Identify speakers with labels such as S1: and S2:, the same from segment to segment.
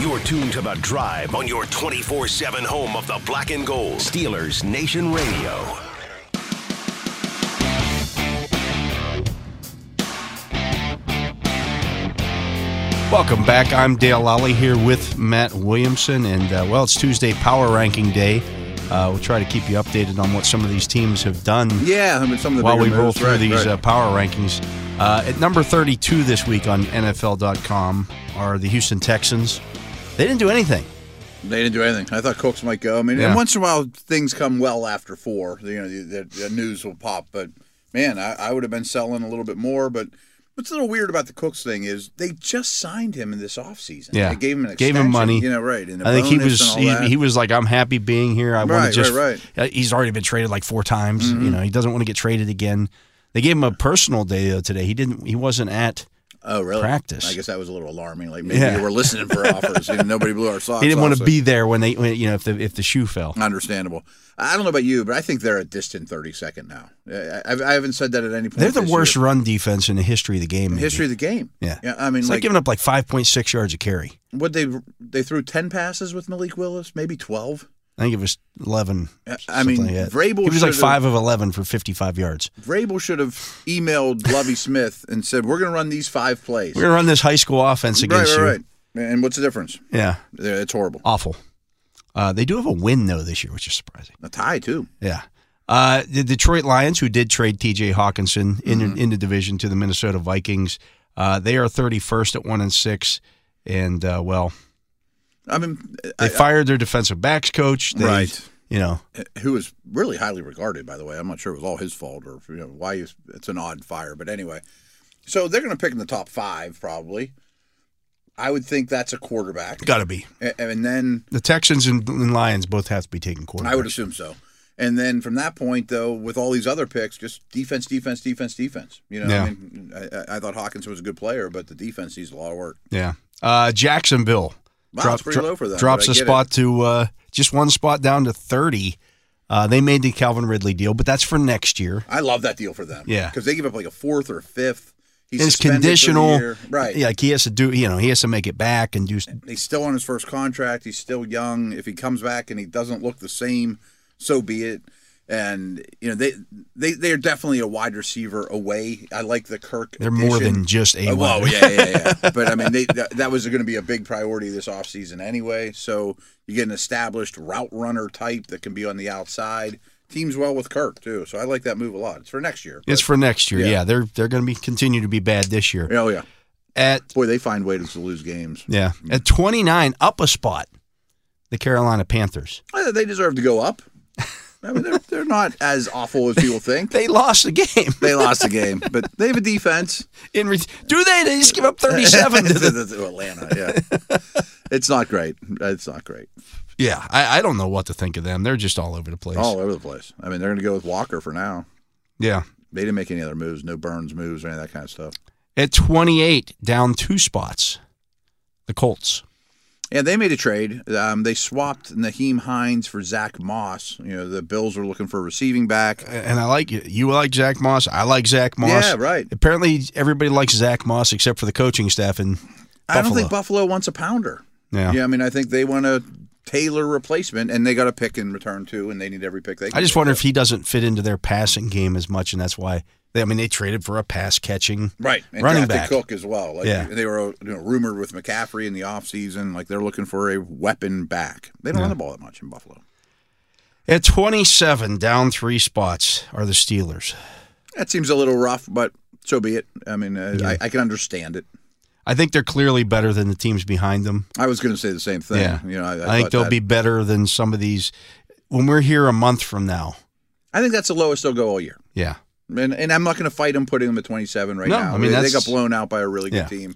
S1: You're tuned to The Drive on your 24 7 home of the black and gold. Steelers Nation Radio.
S2: Welcome back. I'm Dale Lally here with Matt Williamson, and uh, well, it's Tuesday Power Ranking Day. Uh, we'll try to keep you updated on what some of these teams have done.
S3: Yeah, I mean some of the
S2: while we
S3: bigger
S2: roll
S3: moves,
S2: through
S3: right,
S2: these
S3: right.
S2: Uh, power rankings. Uh, at number 32 this week on NFL.com are the Houston Texans. They didn't do anything.
S3: They didn't do anything. I thought Cooks might go. I mean,
S2: Yeah.
S3: and once in a while things come well after four. You know, the, the news will pop. But man, I, I would have been selling a little bit more. But what's a little weird about the Cooks thing is they just signed him in this offseason.
S2: Yeah.
S3: they gave him an
S2: Gave him
S3: extension,
S2: money.
S3: You know, right? And a
S2: I think he was
S3: bonus and all
S2: he,
S3: that.
S2: he was like, "I'm happy being here. I want
S3: Right,
S2: to just."
S3: right, Mm-hmm.
S2: Uh, He's already been traded like four times. You know, he doesn't want to get traded again. They gave him a personal day though today. He didn't. He wasn't at.
S3: oh really
S2: practice.
S3: I guess that was a little alarming. Like maybe
S2: Yeah.
S3: they were listening for offers. You know, nobody blew our socks.
S2: He didn't
S3: off,
S2: want to
S3: so-
S2: be there when they when, you know if the if the shoe fell.
S3: Understandable. I don't know about you, but I think they're a distant 32nd now. I, I, I haven't said that at any point.
S2: They're the
S3: this
S2: worst
S3: year.
S2: run defense in the history of the game. maybe.
S3: history of the game.
S2: Yeah.
S3: yeah I mean,
S2: It's like,
S3: like,
S2: giving up like 5.6 yards a carry.
S3: what they they threw 10 passes with Malik Willis, maybe 12.
S2: I think it was 11.
S3: I- I
S2: something
S3: mean,
S2: like that.
S3: Vrabel
S2: He was like
S3: should've-
S2: 5 of 11 for 55 yards.
S3: Vrabel should have emailed Lovey Smith and said, "We're going to run these five plays."
S2: We're going to run this high school offense
S3: right,
S2: against
S3: right, right.
S2: you.
S3: And what's the difference?
S2: Yeah.
S3: Yeah, It's horrible.
S2: Awful. Uh, they do have a win, though, this year, which is surprising.
S3: A tie too.
S2: Yeah. Uh, the Detroit Lions, who did trade TJ Hawkinson in,
S3: Mm-hmm.
S2: in the division to the Minnesota Vikings, uh, they are 31st at 1 and 6. And, uh, well,
S3: I mean, uh,
S2: they
S3: I,
S2: fired their defensive backs coach. They,
S3: Right.
S2: You know,
S3: who was really highly regarded, by the way. I'm not sure it was all his fault or you know, why he's, it's an odd fire, but anyway. So they're going to pick in the top five probably. I would think that's a quarterback,
S2: got to be.
S3: A- and then
S2: The Texans and, and Lions both have to be taking quarterbacks.
S3: I would assume so. And then from that point, though, with all these other picks, just defense, defense, defense, defense. You know,
S2: Yeah.
S3: I, mean, I- I, I thought Hawkins was a good player, but the defense needs a lot of work.
S2: Yeah. Uh, Jacksonville.
S3: Wow, it's pretty low for them,
S2: Drops
S3: but I
S2: a
S3: get
S2: spot to uh, just one spot down to 30. Uh, they made the Calvin Ridley deal, but that's for next year.
S3: I love that deal for them.
S2: Yeah.
S3: because they give up like a fourth or a fifth. He's
S2: And it's
S3: suspended for the
S2: conditional.
S3: year. right?
S2: Yeah, like he has to do, you know, he has to make it back and do.
S3: he's still on his first contract. He's still young. If he comes back and he doesn't look the same, so be it. And you know they they they are definitely a wide receiver away. I like the Kirk.
S2: They're more
S3: addition.
S2: than just a
S3: Oh,
S2: wide
S3: well, yeah, yeah, yeah. but I mean, they, that, that was going to be a big priority this offseason anyway. So you get an established route runner type that can be on the outside. Teams well with Kirk too, so I like that move a lot. It's for next year.
S2: It's for next year. Yeah,
S3: Yeah.
S2: they're they're going to be continue to be bad this year.
S3: oh yeah,
S2: At
S3: boy, they find ways to lose games.
S2: yeah, at 29, up a spot, the Carolina Panthers.
S3: Uh, They deserve to go up. I mean, they're, they're not as awful as people think.
S2: They lost the game.
S3: They lost the game, but they have a defense.
S2: In re- do they? They just give up 37 to the
S3: To Atlanta, yeah. It's not great. It's not great.
S2: Yeah, I, I don't know what to think of them. They're just all over the place.
S3: All over the place. I mean, they're going to go with Walker for now.
S2: Yeah.
S3: They didn't make any other moves, no Burns moves or any of that kind of stuff.
S2: At 28, down two spots, the Colts.
S3: Yeah, they made a trade. Um, they swapped Naheem Hines for Zach Moss. You know, the Bills were looking for a receiving back.
S2: And I like you. You like Zach Moss. I like Zach Moss.
S3: Yeah, right.
S2: Apparently, everybody likes Zach Moss except for the coaching staff in Buffalo.
S3: I don't think Buffalo wants a pounder.
S2: yeah.
S3: Yeah, I mean, I think they want a Taylor replacement, and they got a pick in return too, and they need every pick they. Can
S2: I just
S3: get.
S2: wonder if he doesn't fit into their passing game as much, and that's why They, I mean, they traded for a pass catching
S3: Right. And
S2: running
S3: drafted
S2: back.
S3: Cook as well. Like,
S2: Yeah.
S3: They were you know, rumored with McCaffrey in the offseason. Like they're looking for a weapon back. They don't run the ball that much in Buffalo.
S2: At 27, down three spots are the Steelers.
S3: That seems a little rough, but so be it. I mean, uh, I, I can understand it.
S2: I think they're clearly better than the teams behind them.
S3: I was going to say the same thing.
S2: Yeah.
S3: You know,
S2: I,
S3: I, I
S2: think
S3: thought
S2: they'll
S3: that-
S2: be better than some of these when we're here a month from now.
S3: I think that's the lowest they'll go all year.
S2: Yeah.
S3: And, and I'm not going to fight them putting them at 27 right
S2: No, I
S3: now.
S2: mean,
S3: they, they
S2: that's-
S3: got blown out by a really good
S2: Yeah.
S3: team.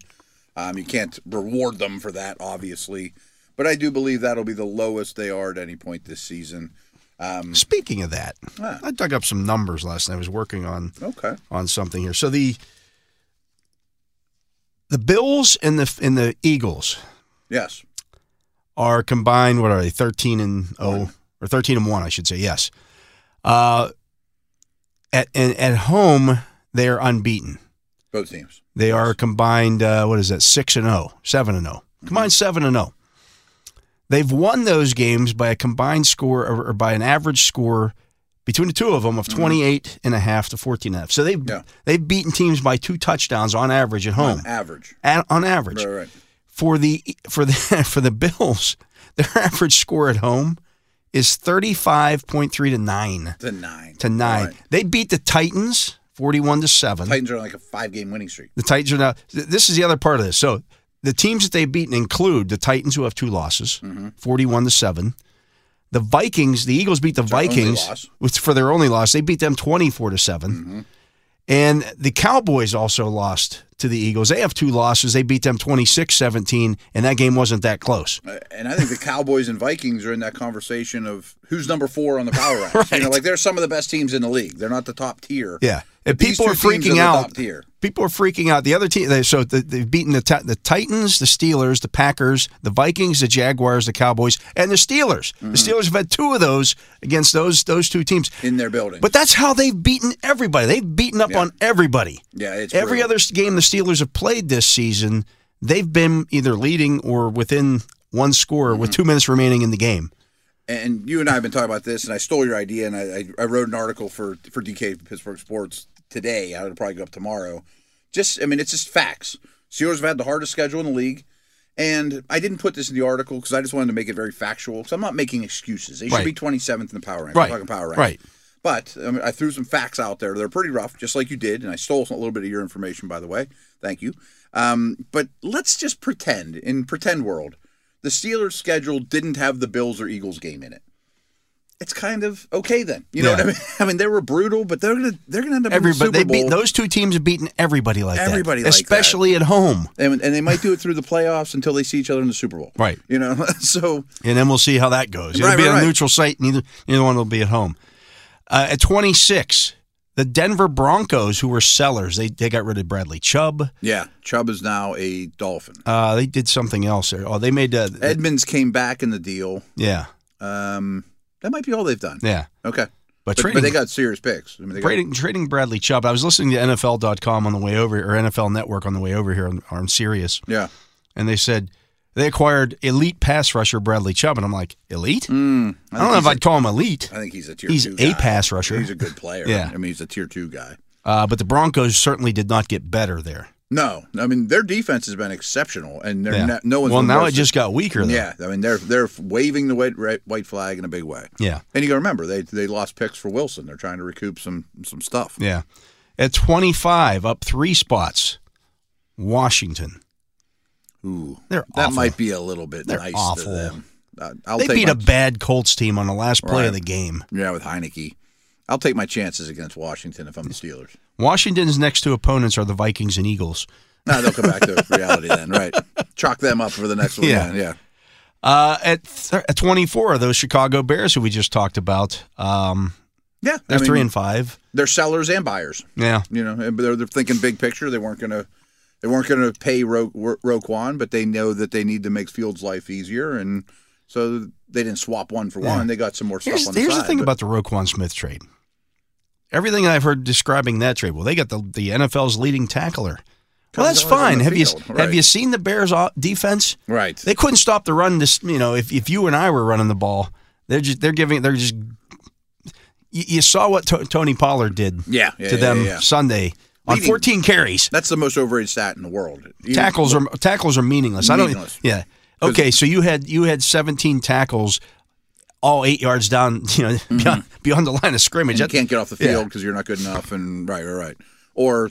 S3: Um, you can't reward them for that, obviously. But I do believe that'll be the lowest they are at any point this season. Um,
S2: Speaking of that,
S3: Ah.
S2: I dug up some numbers last night. I was working on
S3: okay.
S2: on something here. So the the Bills and the and the Eagles
S3: Yes.
S2: are combined. What are they? Thirteen and oh, or thirteen and one, I should say. Yes. Uh, at and at home they are unbeaten.
S3: Both teams.
S2: They are combined. Uh, what is that? Six and oh, seven and oh. Combined seven and oh. They've won those games by a combined score or, or by an average score between the two of them of 28 and a half to 14 and a half. So they've,
S3: Mm-hmm. Yeah.
S2: they've beaten teams by two touchdowns on average at home.
S3: On average.
S2: At, on average.
S3: Right, right.
S2: For the for the for the Bills, their average score at home is 35.3 to 9
S3: To nine.
S2: to 9.
S3: Right.
S2: They beat the Titans 41 to 7.
S3: Titans are on like a five game winning streak.
S2: The Titans are now. th- This is the other part of this. So the teams that they've beaten include the Titans, who have two losses,
S3: Mm-hmm.
S2: forty-one to seven. The Vikings, the Eagles beat the
S3: our only
S2: Vikings
S3: loss. Mm-hmm.
S2: which for their only loss. They beat them twenty-four to 7 And the Cowboys also lost to the Eagles. They have two losses. They beat them 26-17, and that game wasn't that close.
S3: Uh, and I think the Cowboys and Vikings are in that conversation of who's number four on the power rankings. You know, like they're some of the best teams in the league. They're not the top tier.
S2: Yeah, and
S3: These
S2: people
S3: two
S2: are
S3: teams
S2: freaking
S3: the
S2: out.
S3: Top tier.
S2: People are freaking out. The other team, they, so the, they've beaten the Ti- the Titans, the Steelers, the Packers, the Vikings, the Jaguars, the Cowboys, and the Steelers. The Steelers have had two of those against those those two teams.
S3: Mm-hmm. in their building.
S2: But that's how they've beaten everybody. They've beaten up
S3: Yeah.
S2: on everybody.
S3: yeah, it's
S2: Every
S3: brutal.
S2: other s- game the Steelers have played this season, they've been either leading or within one score with
S3: Mm-hmm.
S2: two minutes remaining in the game.
S3: And you and I have been talking about this, and I stole your idea, and I, I, I wrote an article for for DK Pittsburgh Sports today. I'll probably go up tomorrow. Just, I mean, it's just facts. Steelers have had the hardest schedule in the league, and I didn't put this in the article because I just wanted to make it very factual. So I'm not making excuses. They should
S2: Right.
S3: be 27th in the power rank.
S2: Right.
S3: I'm talking power rank.
S2: Right.
S3: But I, mean, I threw some facts out there. They're pretty rough, just like you did. And I stole a little bit of your information, by the way. Thank you. Um, but let's just pretend in pretend world, the Steelers' schedule didn't have the Bills or Eagles game in it. It's kind of okay then. You know
S2: Yeah.
S3: what I mean? I mean, they were brutal, but they're gonna they're gonna end up
S2: Everybody,
S3: in the
S2: they
S3: Super Bowl.
S2: beat those two teams have beaten everybody like
S3: Everybody
S2: that,
S3: like that.
S2: especially at home.
S3: and, and they might do it through the playoffs until they see each other in the Super Bowl.
S2: Right.
S3: You know, so
S2: and then we'll see how that goes. It'll
S3: Right,
S2: be
S3: right,
S2: on a
S3: right.
S2: neutral site, and neither neither one will be at home. Uh, at 26, the Denver Broncos, who were sellers, they they got rid of Bradley Chubb.
S3: yeah, Chubb is now a Dolphin.
S2: Uh, they did something else there. Oh, they made uh,
S3: Edmonds came back in the deal.
S2: yeah,
S3: Um, that might be all they've done.
S2: yeah.
S3: Okay.
S2: But,
S3: But,
S2: trading,
S3: but they got serious picks. I mean, they got,
S2: trading trading Bradley Chubb. I was listening to NFL.com on the way over, or NFL Network on the way over here on, on Sirius,
S3: yeah.
S2: and they said they acquired elite pass rusher Bradley Chubb, and I'm like, elite?
S3: Mm,
S2: I don't know if I'd call him elite.
S3: I think he's a tier
S2: He's
S3: two.
S2: a
S3: guy.
S2: pass rusher.
S3: He's a good player.
S2: Yeah.
S3: I mean, he's a tier two guy.
S2: Uh, but the Broncos certainly did not get better there.
S3: No, I mean their defense has been exceptional, and they're
S2: Yeah.
S3: not, no one's.
S2: well,
S3: been
S2: now
S3: worse
S2: it just got weaker.
S3: than-
S2: Though.
S3: Yeah, I mean they're they're waving the white red- white flag in a big way.
S2: yeah,
S3: And you got to remember they they lost picks for Wilson. They're trying to recoup some some stuff.
S2: yeah. At twenty five, up three spots, Washington.
S3: Ooh,
S2: They're
S3: that
S2: awful.
S3: might be a little bit
S2: They're
S3: nice
S2: awful.
S3: to them. Uh, I'll
S2: they
S3: take
S2: beat
S3: my-
S2: a bad Colts team on the last play of the
S3: Right.
S2: game.
S3: yeah with Heineke. I'll take my chances against Washington if I'm the Steelers.
S2: Washington's next two opponents are the Vikings and Eagles.
S3: No, they'll come back to reality then, right? Chalk them up for the next one.
S2: Yeah.
S3: then, yeah.
S2: Uh, at, th- at twenty four, are those Chicago Bears who we just talked about. Um,
S3: Yeah,
S2: they're
S3: I mean,
S2: three and five.
S3: they're sellers and buyers.
S2: Yeah,
S3: You know, and they're, they're thinking big picture. They weren't gonna they weren't gonna pay Ro- Ro- Roquan, but they know that they need to make Fields' life easier, and so they didn't swap one for one. They got some more stuff
S2: Here's,
S3: on the
S2: here's
S3: side.
S2: the thing
S3: but-
S2: about the Roquan Smith trade. Everything I've heard describing that trade, well, they got the, the NFL's leading tackler. Well, that's
S3: Comes on the
S2: fine. Have you
S3: field,
S2: have
S3: right.
S2: you seen the Bears' o- defense?
S3: right.
S2: They couldn't stop the run. This, you know, if, if you and I were running the ball, they're just they're giving they're just you, you saw what to- Tony Pollard did
S3: Yeah, yeah,
S2: to
S3: yeah,
S2: them
S3: yeah, yeah.
S2: Sunday on
S3: Leading-
S2: 14 carries.
S3: That's the most overrated stat in the world. Even-
S2: tackles are tackles are meaningless. I don't. e-,
S3: Meaningless.
S2: Yeah. Okay. So you had you had 17 tackles, all eight yards down. You know, beyond, beyond the line of scrimmage.
S3: Mm-hmm.
S2: That-
S3: and you can't get off the
S2: yeah.
S3: field because you're not good enough. And right, right, right. Or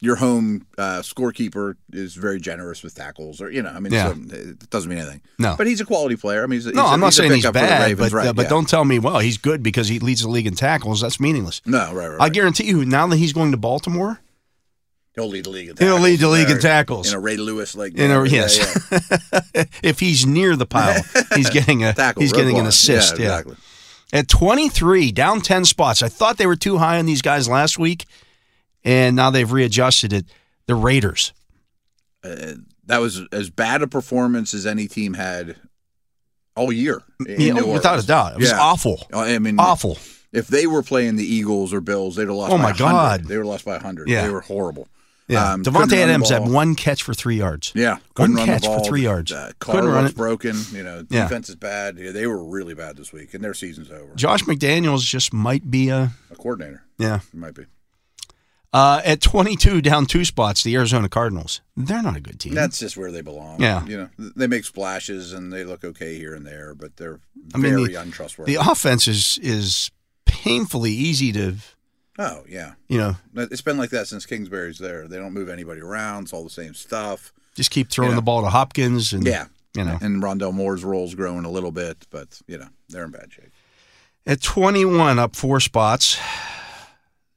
S3: your home uh, scorekeeper is very generous with tackles, or you know, I mean,
S2: Yeah.
S3: so uh, it doesn't mean anything.
S2: No.
S3: but he's a quality player. I mean, he's a,
S2: no,
S3: he's a-
S2: I'm not
S3: he's a
S2: saying he's
S3: pickup for the
S2: bad,
S3: Ravens,
S2: but
S3: right,
S2: uh, but
S3: yeah.
S2: don't tell me well he's good because he leads the league in tackles. That's meaningless.
S3: No, right, right.
S2: I
S3: right.
S2: guarantee you, now that he's going to Baltimore,
S3: He'll lead the league. In
S2: He'll lead the league in
S3: Or
S2: tackles.
S3: In a Ray Lewis like. uh,
S2: In a-
S3: yeah,
S2: yes.
S3: yeah.
S2: if he's near the pile, he's getting a
S3: tackle.
S2: he's
S3: road
S2: getting an
S3: block.
S2: assist.
S3: Yeah,
S2: Yeah,
S3: exactly.
S2: at 23, down 10 spots. I thought they were too high on these guys last week, and now they've readjusted it. The Raiders.
S3: That was as bad a performance as any team had all year. in
S2: Yeah, oh,
S3: New
S2: without
S3: Orleans.
S2: a doubt. It was
S3: Yeah. Uh,
S2: awful.
S3: I mean,
S2: Awful.
S3: If they were playing the Eagles or Bills, they'd have lost.
S2: Oh,
S3: by
S2: my
S3: 100.
S2: God.
S3: they were lost by hundred.
S2: Yeah.
S3: they were horrible.
S2: Yeah.
S3: Um, couldn't
S2: Devontae
S3: run the
S2: Adams had
S3: ball.
S2: one catch for three yards.
S3: Yeah,
S2: One
S3: couldn't run the
S2: catch for
S3: ball.
S2: three yards.
S3: Uh, car
S2: Couldn't run
S3: looks
S2: it.
S3: broken. You know,
S2: Yeah.
S3: defense is bad. Yeah, they were really bad this week, and their season's over.
S2: Josh McDaniels just might be a
S3: A coordinator,
S2: yeah.
S3: it might be.
S2: Uh, at 22, down two spots, the Arizona Cardinals. They're not a good team.
S3: That's just where they belong.
S2: Mm-hmm. Yeah.
S3: you know, th- they make splashes and they look okay here and there, but they're
S2: I mean,
S3: very
S2: the-
S3: untrustworthy.
S2: the offense is is painfully easy to
S3: oh yeah,
S2: you know
S3: it's been like that since Kingsbury's there. They don't move anybody around. It's all the same stuff.
S2: just keep throwing
S3: Yeah.
S2: the ball to Hopkins and
S3: Yeah,
S2: you know
S3: and Rondell Moore's role's growing a little bit, but you know they're in bad shape.
S2: At 21, up four spots,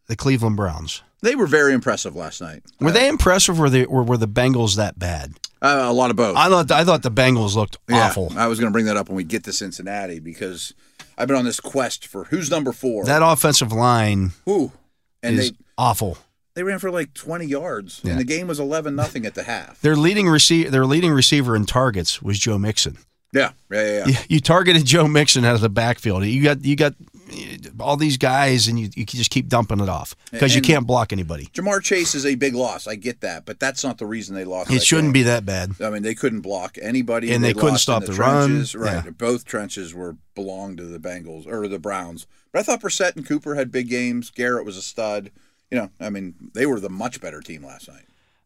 S2: the Cleveland Browns.
S3: They were very impressive last night.
S2: Were they impressive, or, they, or were the Bengals that bad?
S3: Uh, a lot of both.
S2: I thought I thought the Bengals looked awful.
S3: I was going to bring that up when we get to Cincinnati because I've been on this quest for who's number four.
S2: That offensive line
S3: who? And
S2: is
S3: they
S2: awful.
S3: they ran for like twenty yards,
S2: Yeah.
S3: and the game was eleven nothing at the half.
S2: Their leading receiver, their leading receiver in targets was Joe Mixon.
S3: yeah, yeah, yeah. yeah.
S2: You, you targeted Joe Mixon out of the backfield. You got you got eh, all these guys, and you, you just keep dumping it off because you
S3: And-
S2: can't block anybody.
S3: Jamar Chase is a big loss. I get that, but that's not the reason they lost.
S2: It shouldn't be that bad.
S3: be. I mean, they couldn't block anybody,
S2: And they couldn't
S3: lost in
S2: stop the run.
S3: trenches. Right,
S2: Yeah.
S3: both trenches were belonged to the Bengals or the Browns. But I thought Brissett and Cooper had big games. Garrett was a stud. You know, I mean, they were the much better team last night.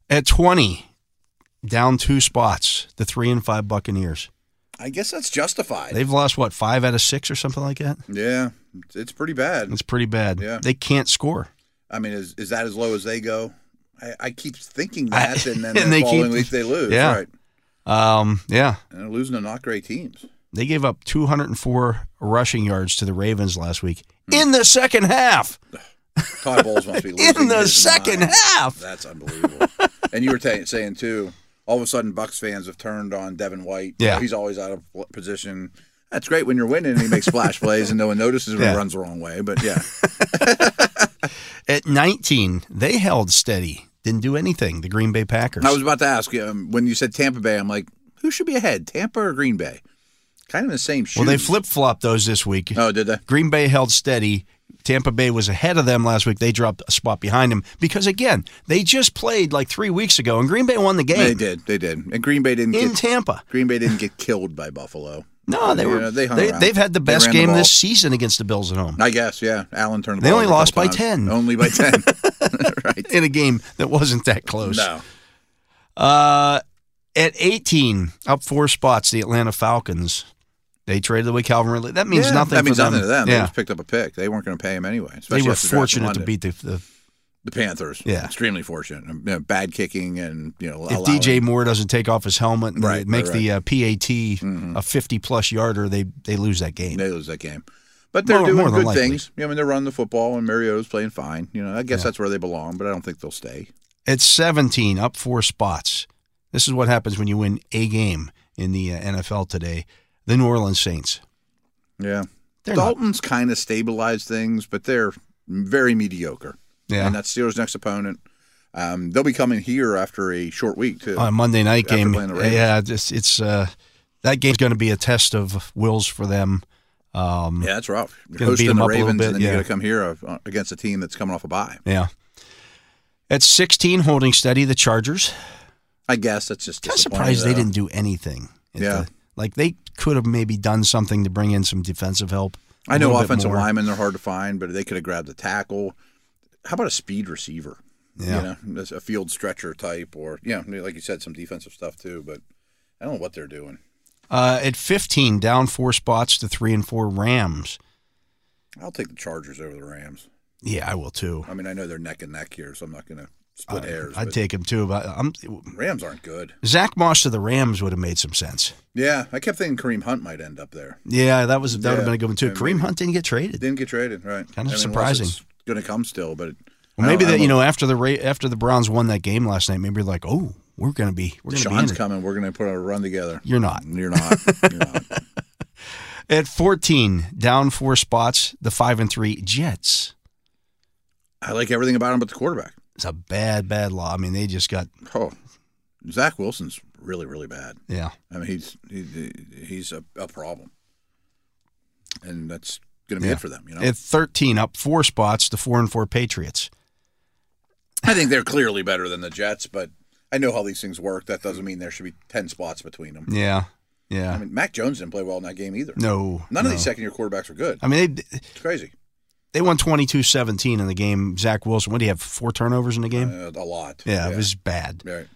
S2: At 20, down two spots, the three and five Buccaneers.
S3: I guess that's justified.
S2: They've lost what five out of six or something like that.
S3: Yeah, it's- it's pretty bad.
S2: It's pretty bad.
S3: Yeah.
S2: They can't score.
S3: I mean, is, is that as low as they go? I, I keep thinking
S2: I-
S3: that, and then
S2: and
S3: the
S2: they
S3: following
S2: keep-
S3: week they lose.
S2: yeah.
S3: Right.
S2: Um, yeah,
S3: And they're losing to not great teams.
S2: they gave up 204 rushing yards to the Ravens last week in the second half.
S3: Todd Bowles must be losing.
S2: In the
S3: his
S2: second
S3: mind.
S2: half,
S3: That's unbelievable. and you were ta saying, too, all of a sudden Bucks fans have turned on Devin White.
S2: Yeah.
S3: He's always out of pl- position. That's great when you're winning and he makes splash plays and no one notices when
S2: Yeah.
S3: he runs the wrong way. But yeah,
S2: at 19, they held steady, didn't do anything. The Green Bay Packers.
S3: I was about to ask um, when you said Tampa Bay, I'm like, who should be ahead, Tampa or Green Bay? Kind of the same shoes.
S2: well, they flip flopped those this week.
S3: Oh, did they?
S2: Green Bay held steady. Tampa Bay was ahead of them last week. They dropped a spot behind them because again, they just played like three weeks ago, and Green Bay won the
S3: They
S2: game
S3: did. They did. And Green Bay didn't
S2: in
S3: get
S2: Tampa.
S3: Green Bay didn't get killed by Buffalo.
S2: No, they
S3: You
S2: were.
S3: know,
S2: they
S3: they hung around.
S2: they've had the
S3: They
S2: best
S3: ran the
S2: game
S3: ball.
S2: this season against the Bills at home.
S3: I guess, yeah. Allen turned. The
S2: They
S3: ball
S2: only
S3: over a
S2: lost
S3: couple
S2: by
S3: times.
S2: 10.
S3: Only by ten. right.
S2: in a game that wasn't that close.
S3: No.
S2: Uh, at 18, up four spots, the Atlanta Falcons. They traded away Calvin Ridley. That means
S3: Yeah,
S2: nothing.
S3: That means
S2: for them.
S3: nothing to them. They
S2: Yeah.
S3: just picked up a pick. They weren't going to pay him anyway.
S2: They
S3: especially
S2: were
S3: after drafting
S2: fortunate to
S3: London.
S2: beat the. the
S3: the Panthers.
S2: Yeah.
S3: Extremely fortunate. You know, bad kicking and you know.
S2: if
S3: allowing-
S2: DJ Moore doesn't take off his helmet and
S3: Right,
S2: make
S3: right, Mm-hmm.
S2: the uh, PAT a 50 plus yarder, they they lose that game.
S3: they lose that game. But they're
S2: More-
S3: doing
S2: more than
S3: good
S2: likely.
S3: things. Yeah, I mean, they're running the football, and Mariota's playing fine. You know, I guess that's where they belong, but I don't think they'll stay.
S2: At 17, up four spots. This is what happens when you win a game in the uh, NFL today. The New Orleans Saints.
S3: Yeah,
S2: They're not-
S3: Dalton's kind of stabilized things, but they're very mediocre.
S2: Yeah.
S3: And uh, that's Steelers' next opponent. Um, they'll be coming here after a short week, too.
S2: on a Monday night
S3: After
S2: game.
S3: playing the Ravens.
S2: Yeah, just it's uh, that game's going to be a test of wills for them. Um,
S3: yeah, that's rough. You're
S2: Gonna beat
S3: hosting
S2: them
S3: the
S2: up a little
S3: Ravens,
S2: bit,
S3: and then you
S2: yeah.
S3: got to come here uh, against a team that's coming off a bye.
S2: yeah. At 16, holding steady the Chargers.
S3: I guess that's just
S2: Kind of
S3: disappointing,
S2: surprised they
S3: though.
S2: didn't do anything. at
S3: Yeah.
S2: the- like they could have maybe done something to bring in some defensive help. a
S3: I know
S2: little bit
S3: offensive
S2: more.
S3: linemen they're hard to find, but they could have grabbed a tackle. How about a speed receiver?
S2: Yeah.
S3: You know, as a field stretcher type, or yeah, like you said, some defensive stuff too. But I don't know what they're doing.
S2: Uh, at 15, down four spots to three and four Rams.
S3: I'll take the Chargers over the Rams.
S2: Yeah, I will too.
S3: I mean, I know they're neck and neck here, so I'm not going to split hairs.
S2: Uh, I'd
S3: but
S2: take him too, but I'm,
S3: Rams aren't good.
S2: Zach Moss to the Rams would have made some sense.
S3: Yeah, I kept thinking Kareem Hunt might end up there.
S2: Yeah, that was that would
S3: Yeah,
S2: have been a good one too.
S3: I mean-
S2: Kareem Hunt didn't get traded.
S3: Didn't get traded, right?
S2: Kind of surprising.
S3: Going to come still, but
S2: Well,
S3: I
S2: maybe
S3: don't- I
S2: that you
S3: don't-
S2: know after the Ra- after the Browns won that game last night, maybe you're like, oh, we're gonna be we're gonna be in
S3: Sean's
S2: it.
S3: coming. We're going to put a run together.
S2: You're not
S3: You're not. You're not.
S2: at 14, down four spots. The five and three Jets.
S3: I like everything about him, but the quarterback.
S2: It's a bad bad law. I mean, they just got
S3: Oh, Zach Wilson's really, really bad.
S2: yeah.
S3: I mean, he's he, he's a, a problem, and that's going to be
S2: Yeah.
S3: it for them. You know,
S2: At 13, up four spots. The four and four Patriots.
S3: I think they're clearly better than the Jets, but I know how these things work. That doesn't mean there should be ten spots between them.
S2: Yeah, yeah.
S3: I mean, Mac Jones didn't play well in that game either.
S2: no,
S3: None
S2: no.
S3: of these second-year quarterbacks are good.
S2: I mean, they
S3: It's crazy.
S2: they won 22-17 in the game. Zach Wilson, what do you have? Four turnovers in the game.
S3: Uh, a lot.
S2: yeah, it was bad.
S3: Right.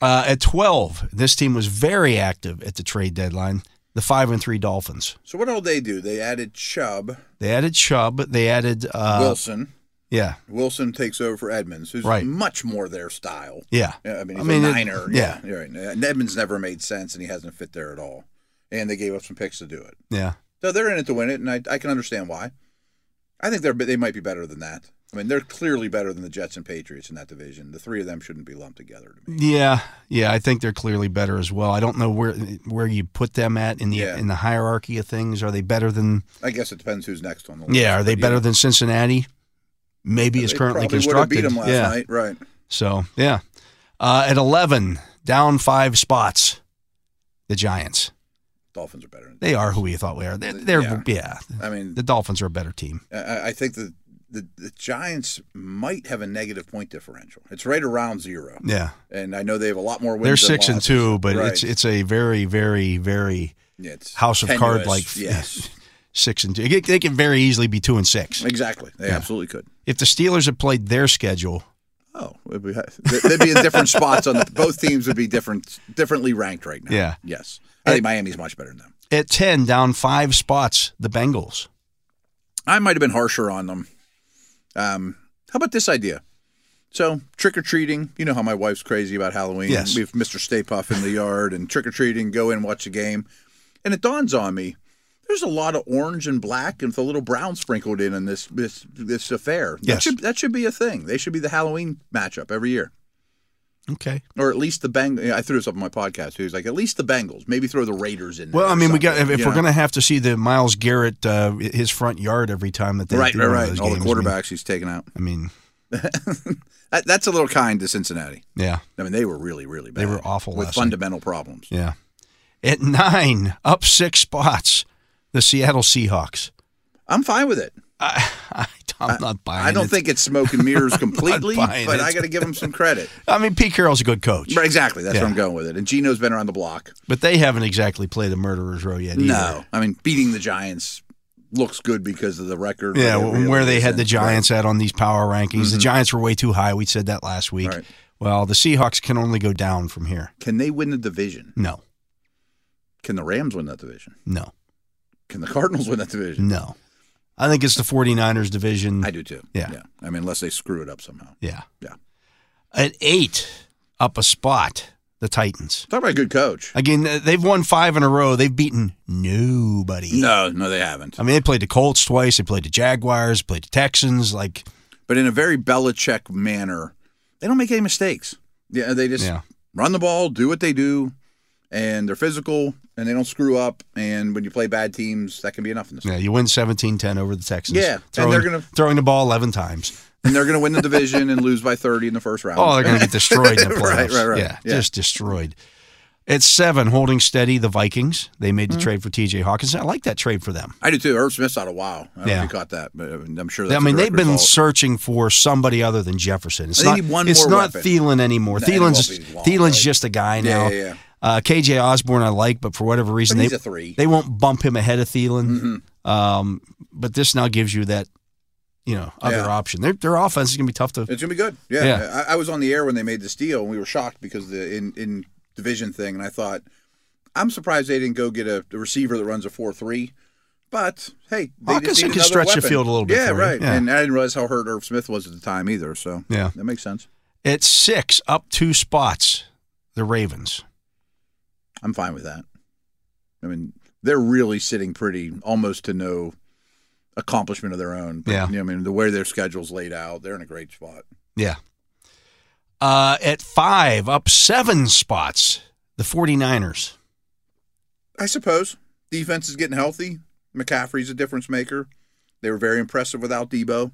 S2: Uh, at 12, this team was very active at the trade deadline. The five and three Dolphins.
S3: So what all they do? They added Chubb,
S2: They added Chubb. They added uh,
S3: Wilson.
S2: Yeah,
S3: Wilson takes over for Edmonds, who's
S2: Right.
S3: much more their style.
S2: yeah.
S3: Yeah, I mean,
S2: I
S3: he's
S2: mean,
S3: a
S2: it-
S3: niner.
S2: yeah.
S3: you're right. And Edmonds never made sense, and he hasn't fit there at all. And they gave up some picks to do it.
S2: yeah.
S3: So they're in it to win it, and I, I can understand why. I think they're they might be better than that. I mean, they're clearly better than the Jets and Patriots in that division. The three of them shouldn't be lumped together to me.
S2: Yeah, yeah, I think they're clearly better as well. I don't know where where you put them at in the
S3: Yeah.
S2: in the hierarchy of things. Are they better than
S3: I guess it depends who's next on the list.
S2: Yeah, are they
S3: but
S2: better than Cincinnati? Maybe it's
S3: they
S2: currently
S3: probably
S2: constructed.
S3: Would have beat them last
S2: yeah.
S3: night, right?
S2: So, yeah. Uh, at 11, down 5 spots. The Giants.
S3: Dolphins are better. Than
S2: They are who we thought we are. They're, they're yeah.
S3: I mean,
S2: The Dolphins are a better team.
S3: I, I think the, the the Giants might have a negative point differential. It's right around zero,
S2: Yeah.
S3: and I know they have a lot more wins.
S2: They're
S3: than
S2: 6 and
S3: losses.
S2: 2, but
S3: Right.
S2: it's it's a very very very
S3: Yeah, it's
S2: house of card like
S3: yes,
S2: 6 and 2. They- They can very easily be 2 and 6.
S3: exactly. They absolutely could.
S2: If the Steelers had played their schedule,
S3: Oh, it'd be- they- they'd be in different spots. On the, both teams would be different, differently ranked right now.
S2: Yeah.
S3: Yes, I think Miami's much better than them.
S2: at 10 down 5 spots, the Bengals.
S3: I might have been harsher on them. Um, how about this idea? So trick or treating. You know how my wife's crazy about Halloween.
S2: Yes.
S3: We have Mr. Stay Puff in the yard and trick or treating. Go in, watch a game, and it dawns on me. There's a lot of orange and black and with a little brown sprinkled in in this this this affair.
S2: Yes.
S3: That should that should be a thing. They should be the Halloween matchup every year.
S2: Okay.
S3: or at least the Beng. yeah, I threw this up on my podcast. He was like, at least the Bengals. Maybe throw the Raiders in. There
S2: Well, I
S3: or
S2: mean, we got if,
S3: something,
S2: if
S3: you
S2: we're
S3: know?
S2: going to have to see the Miles Garrett uh, his front yard every time that they
S3: right,
S2: do
S3: right,
S2: one of
S3: right.
S2: those
S3: All the
S2: games, I mean-
S3: quarterbacks he's taken out.
S2: I mean,
S3: That, that's a little kind to Cincinnati.
S2: yeah,
S3: I mean, they were really, really bad.
S2: They were awful
S3: with
S2: last night.
S3: fundamental problems.
S2: yeah. At nine, up six spots, the Seattle Seahawks.
S3: I'm fine with it.
S2: I, I, I'm not buying.
S3: I don't
S2: it.
S3: think it's smoke and mirrors completely, but
S2: buying it.
S3: I got to give them some credit.
S2: I mean, Pete Carroll's a good coach,
S3: Right, exactly. That's
S2: Yeah.
S3: where I'm going with it. And Gino's been around the block.
S2: but they haven't exactly played a murderer's row yet.
S3: No,
S2: either.
S3: I mean, beating the Giants looks good because of the record.
S2: Yeah,
S3: whatever
S2: w-
S3: it
S2: where they
S3: is,
S2: had the
S3: and-
S2: Giants at on these power rankings, the Giants were way too high. We said that last week.
S3: Mm-hmm. Right.
S2: Well, the Seahawks can only go down from here.
S3: Can they win the division?
S2: No,
S3: Can the Rams win that division?
S2: no,
S3: Can the Cardinals win that division?
S2: no. I think it's the 49ers division.
S3: I do too.
S2: Mm. Yeah.
S3: Yeah. I mean, unless they screw it up somehow.
S2: Yeah.
S3: Yeah.
S2: At eight, up a spot, the Titans.
S3: Talk about a good coach.
S2: Again, th- they've won five in a row. They've beaten nobody.
S3: No, no, they haven't.
S2: I mean, they played the Colts twice. They played the Jaguars. Played the Texans. Like,
S3: But in a very Belichick manner, they don't make any mistakes. Yeah, they just
S2: Yeah.
S3: run the ball, do what they do, and they're physical and they don't screw up. And when you play bad teams, that can be enough in this.
S2: Yeah, you win 17-10 over the Texans.
S3: Yeah, and
S2: throwing,
S3: they're gonna-
S2: throwing the ball eleven times.
S3: And they're going to win the division and lose by 30 in the first round.
S2: Oh, they're going to get destroyed in the playoffs.
S3: Right, right, right.
S2: Yeah,
S3: Yeah.
S2: just destroyed. At seven, holding steady, the Vikings. They made the
S3: Mm-hmm.
S2: trade for T.J. Hawkinson. I like that trade for them.
S3: I do too. Herb Smith's out a while. I don't know
S2: Yeah.
S3: if you caught that, but I mean, I'm sure. That's
S2: I mean,
S3: a direct
S2: they've been
S3: result.
S2: searching for somebody other than Jefferson. It's
S3: They
S2: not.
S3: need one
S2: it's
S3: more
S2: not
S3: weapon.
S2: Thielen anymore.
S3: No, and it won't
S2: Thielen's
S3: be long,
S2: Thielen's
S3: right?
S2: just a guy now.
S3: Yeah, yeah, yeah.
S2: Uh, K.J. Osborne, I like, but for whatever reason,
S3: But he's
S2: they
S3: a three. Mm-hmm.
S2: they won't bump him ahead of Thielen. Um, but this now gives you that, you know, other
S3: Yeah.
S2: option. Their their offense is going to be tough to.
S3: It's gonna be good. Yeah,
S2: Yeah.
S3: I, I was on the air when they made this deal, and we were shocked because the in in division thing, and I thought, I'm surprised they didn't go get a, a receiver that runs a four three. But hey, they just
S2: Hawkinson
S3: need
S2: can
S3: another
S2: stretch the
S3: weapon.
S2: field a little bit
S3: Yeah,
S2: for you.
S3: right.
S2: Yeah.
S3: And I didn't realize how hurt Irv Smith was at the time either. So
S2: Yeah.
S3: that makes sense.
S2: At six, up two spots, the Ravens.
S3: I'm fine with that. I mean, they're really sitting pretty, almost to no accomplishment of their own. But,
S2: Yeah.
S3: you know, I mean, the way their schedule's laid out, they're in a great spot.
S2: Yeah. Uh, at five, up seven spots, the 49ers.
S3: I suppose defense is getting healthy. McCaffrey's a difference maker. They were very impressive without Debo.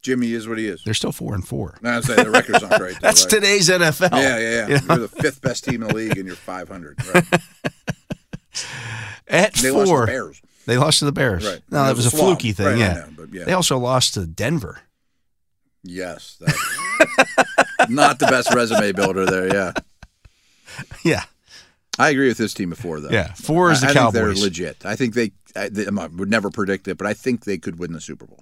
S3: Jimmy is what he is.
S2: They're still four and four.
S3: And I say the record's not great. though,
S2: That's
S3: right?
S2: today's NFL.
S3: Yeah, yeah, yeah.
S2: You know?
S3: You're the fifth best team in the league, and you're 500. Right?
S2: At
S3: They
S2: four,
S3: lost to the Bears.
S2: they lost to the Bears.
S3: Right.
S2: No, that was, a
S3: slump.
S2: fluky thing.
S3: Right, I
S2: yeah.
S3: know, but yeah.
S2: They also lost to Denver.
S3: Yes, that's not the best resume builder there. Yeah,
S2: Yeah.
S3: I agree with this team before though.
S2: Yeah. Four is
S3: I-
S2: the
S3: I think they're
S2: Cowboys.
S3: legit. I think they. I, they I'm- I would never predict it, but I think they could win the Super Bowl.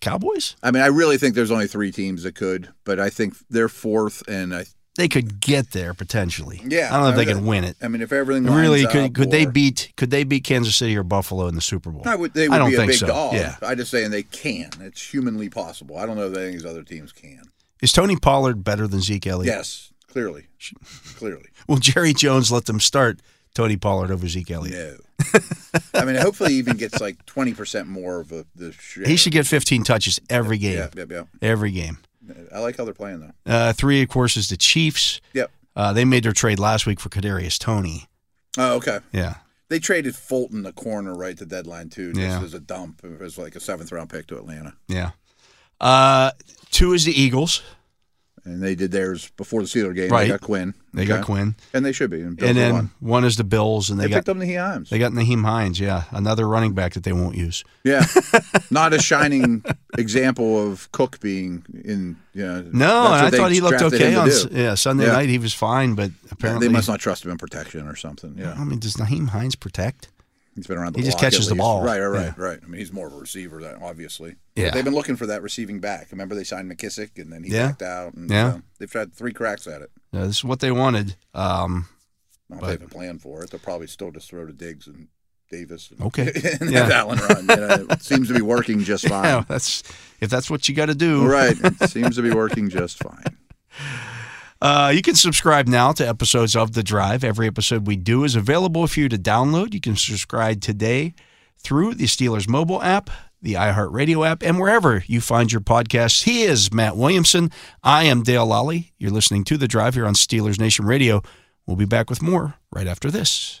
S2: Cowboys?
S3: I mean, I really think there's only three teams that could, but I think they're fourth, and I
S2: They could get there potentially.
S3: Yeah,
S2: I don't know if
S3: I
S2: they
S3: mean,
S2: can win it.
S3: I mean, if everything lines
S2: Really,
S3: up
S2: could could they
S3: or-
S2: beat could they beat Kansas City or Buffalo in the Super Bowl?
S3: I would. They would
S2: I don't
S3: be a
S2: think
S3: big
S2: so.
S3: dog.
S2: Yeah.
S3: I just saying they can. It's humanly possible. I don't know that any of these other teams can.
S2: Is Tony Pollard better than Zeke Elliott?
S3: Yes, clearly, clearly.
S2: Will Jerry Jones let them start Tony Pollard over Zeke Elliott?
S3: No. I mean, hopefully, he even gets like twenty percent more of a, the. Share.
S2: He should get 15 touches every game.
S3: Yeah, yeah, yeah.
S2: Every game.
S3: I like how they're playing though.
S2: Uh, three, of course, is the Chiefs.
S3: Yep.
S2: Uh, they made their trade last week for Kadarius Tony.
S3: Oh, okay.
S2: Yeah.
S3: They traded Fulton the corner right to deadline too. Just
S2: Yeah.
S3: as a dump. It was like a seventh round pick to Atlanta,
S2: Yeah. Uh, two is the Eagles.
S3: and they did theirs before the Steeler game.
S2: Right.
S3: They got Quinn.
S2: They got
S3: Okay.
S2: Quinn.
S3: and they should be. And,
S2: and then
S3: one.
S2: one is the Bills, and
S3: they,
S2: they, got
S3: picked up the Himes.
S2: they got Naheem Hines. Yeah, another running back that they won't use.
S3: Yeah, not a shining example of Cook being in. You know,
S2: No,
S3: that's what
S2: and I
S3: they
S2: thought he looked
S3: drafted
S2: okay
S3: him to
S2: on
S3: do.
S2: S- yeah Sunday
S3: Yeah.
S2: night. He was fine, but apparently
S3: They must not trust him in protection or something.
S2: I
S3: Yeah,
S2: mean, does Naheem Hines protect?
S3: he's been around. The
S2: He just
S3: block at
S2: catches the
S3: least.
S2: ball.
S3: Right, right, right,
S2: Yeah.
S3: right. I mean, he's more of a receiver, than, obviously.
S2: Yeah.
S3: But they've been looking for that receiving back. Remember, they signed McKissick, and then he
S2: Yeah.
S3: backed out. And,
S2: Yeah.
S3: you know, they've tried three cracks at it.
S2: Uh, this is what they wanted. Um,
S3: I don't
S2: But-
S3: think they have a plan for it. They'll probably still just throw to Diggs and Davis. And,
S2: Okay.
S3: and
S2: Yeah.
S3: have Allen run. You know, it seems to be working just fine.
S2: yeah, that's if that's what you got to do.
S3: Right, it seems to be working just fine.
S2: Uh, you can subscribe now to episodes of The Drive. Every episode we do is available for you to download. You can subscribe today through the Steelers mobile app, the iHeartRadio app, and wherever you find your podcasts. He is Matt Williamson. I am Dale Lally. You're listening to The Drive here on Steelers Nation Radio. We'll be back with more right after this.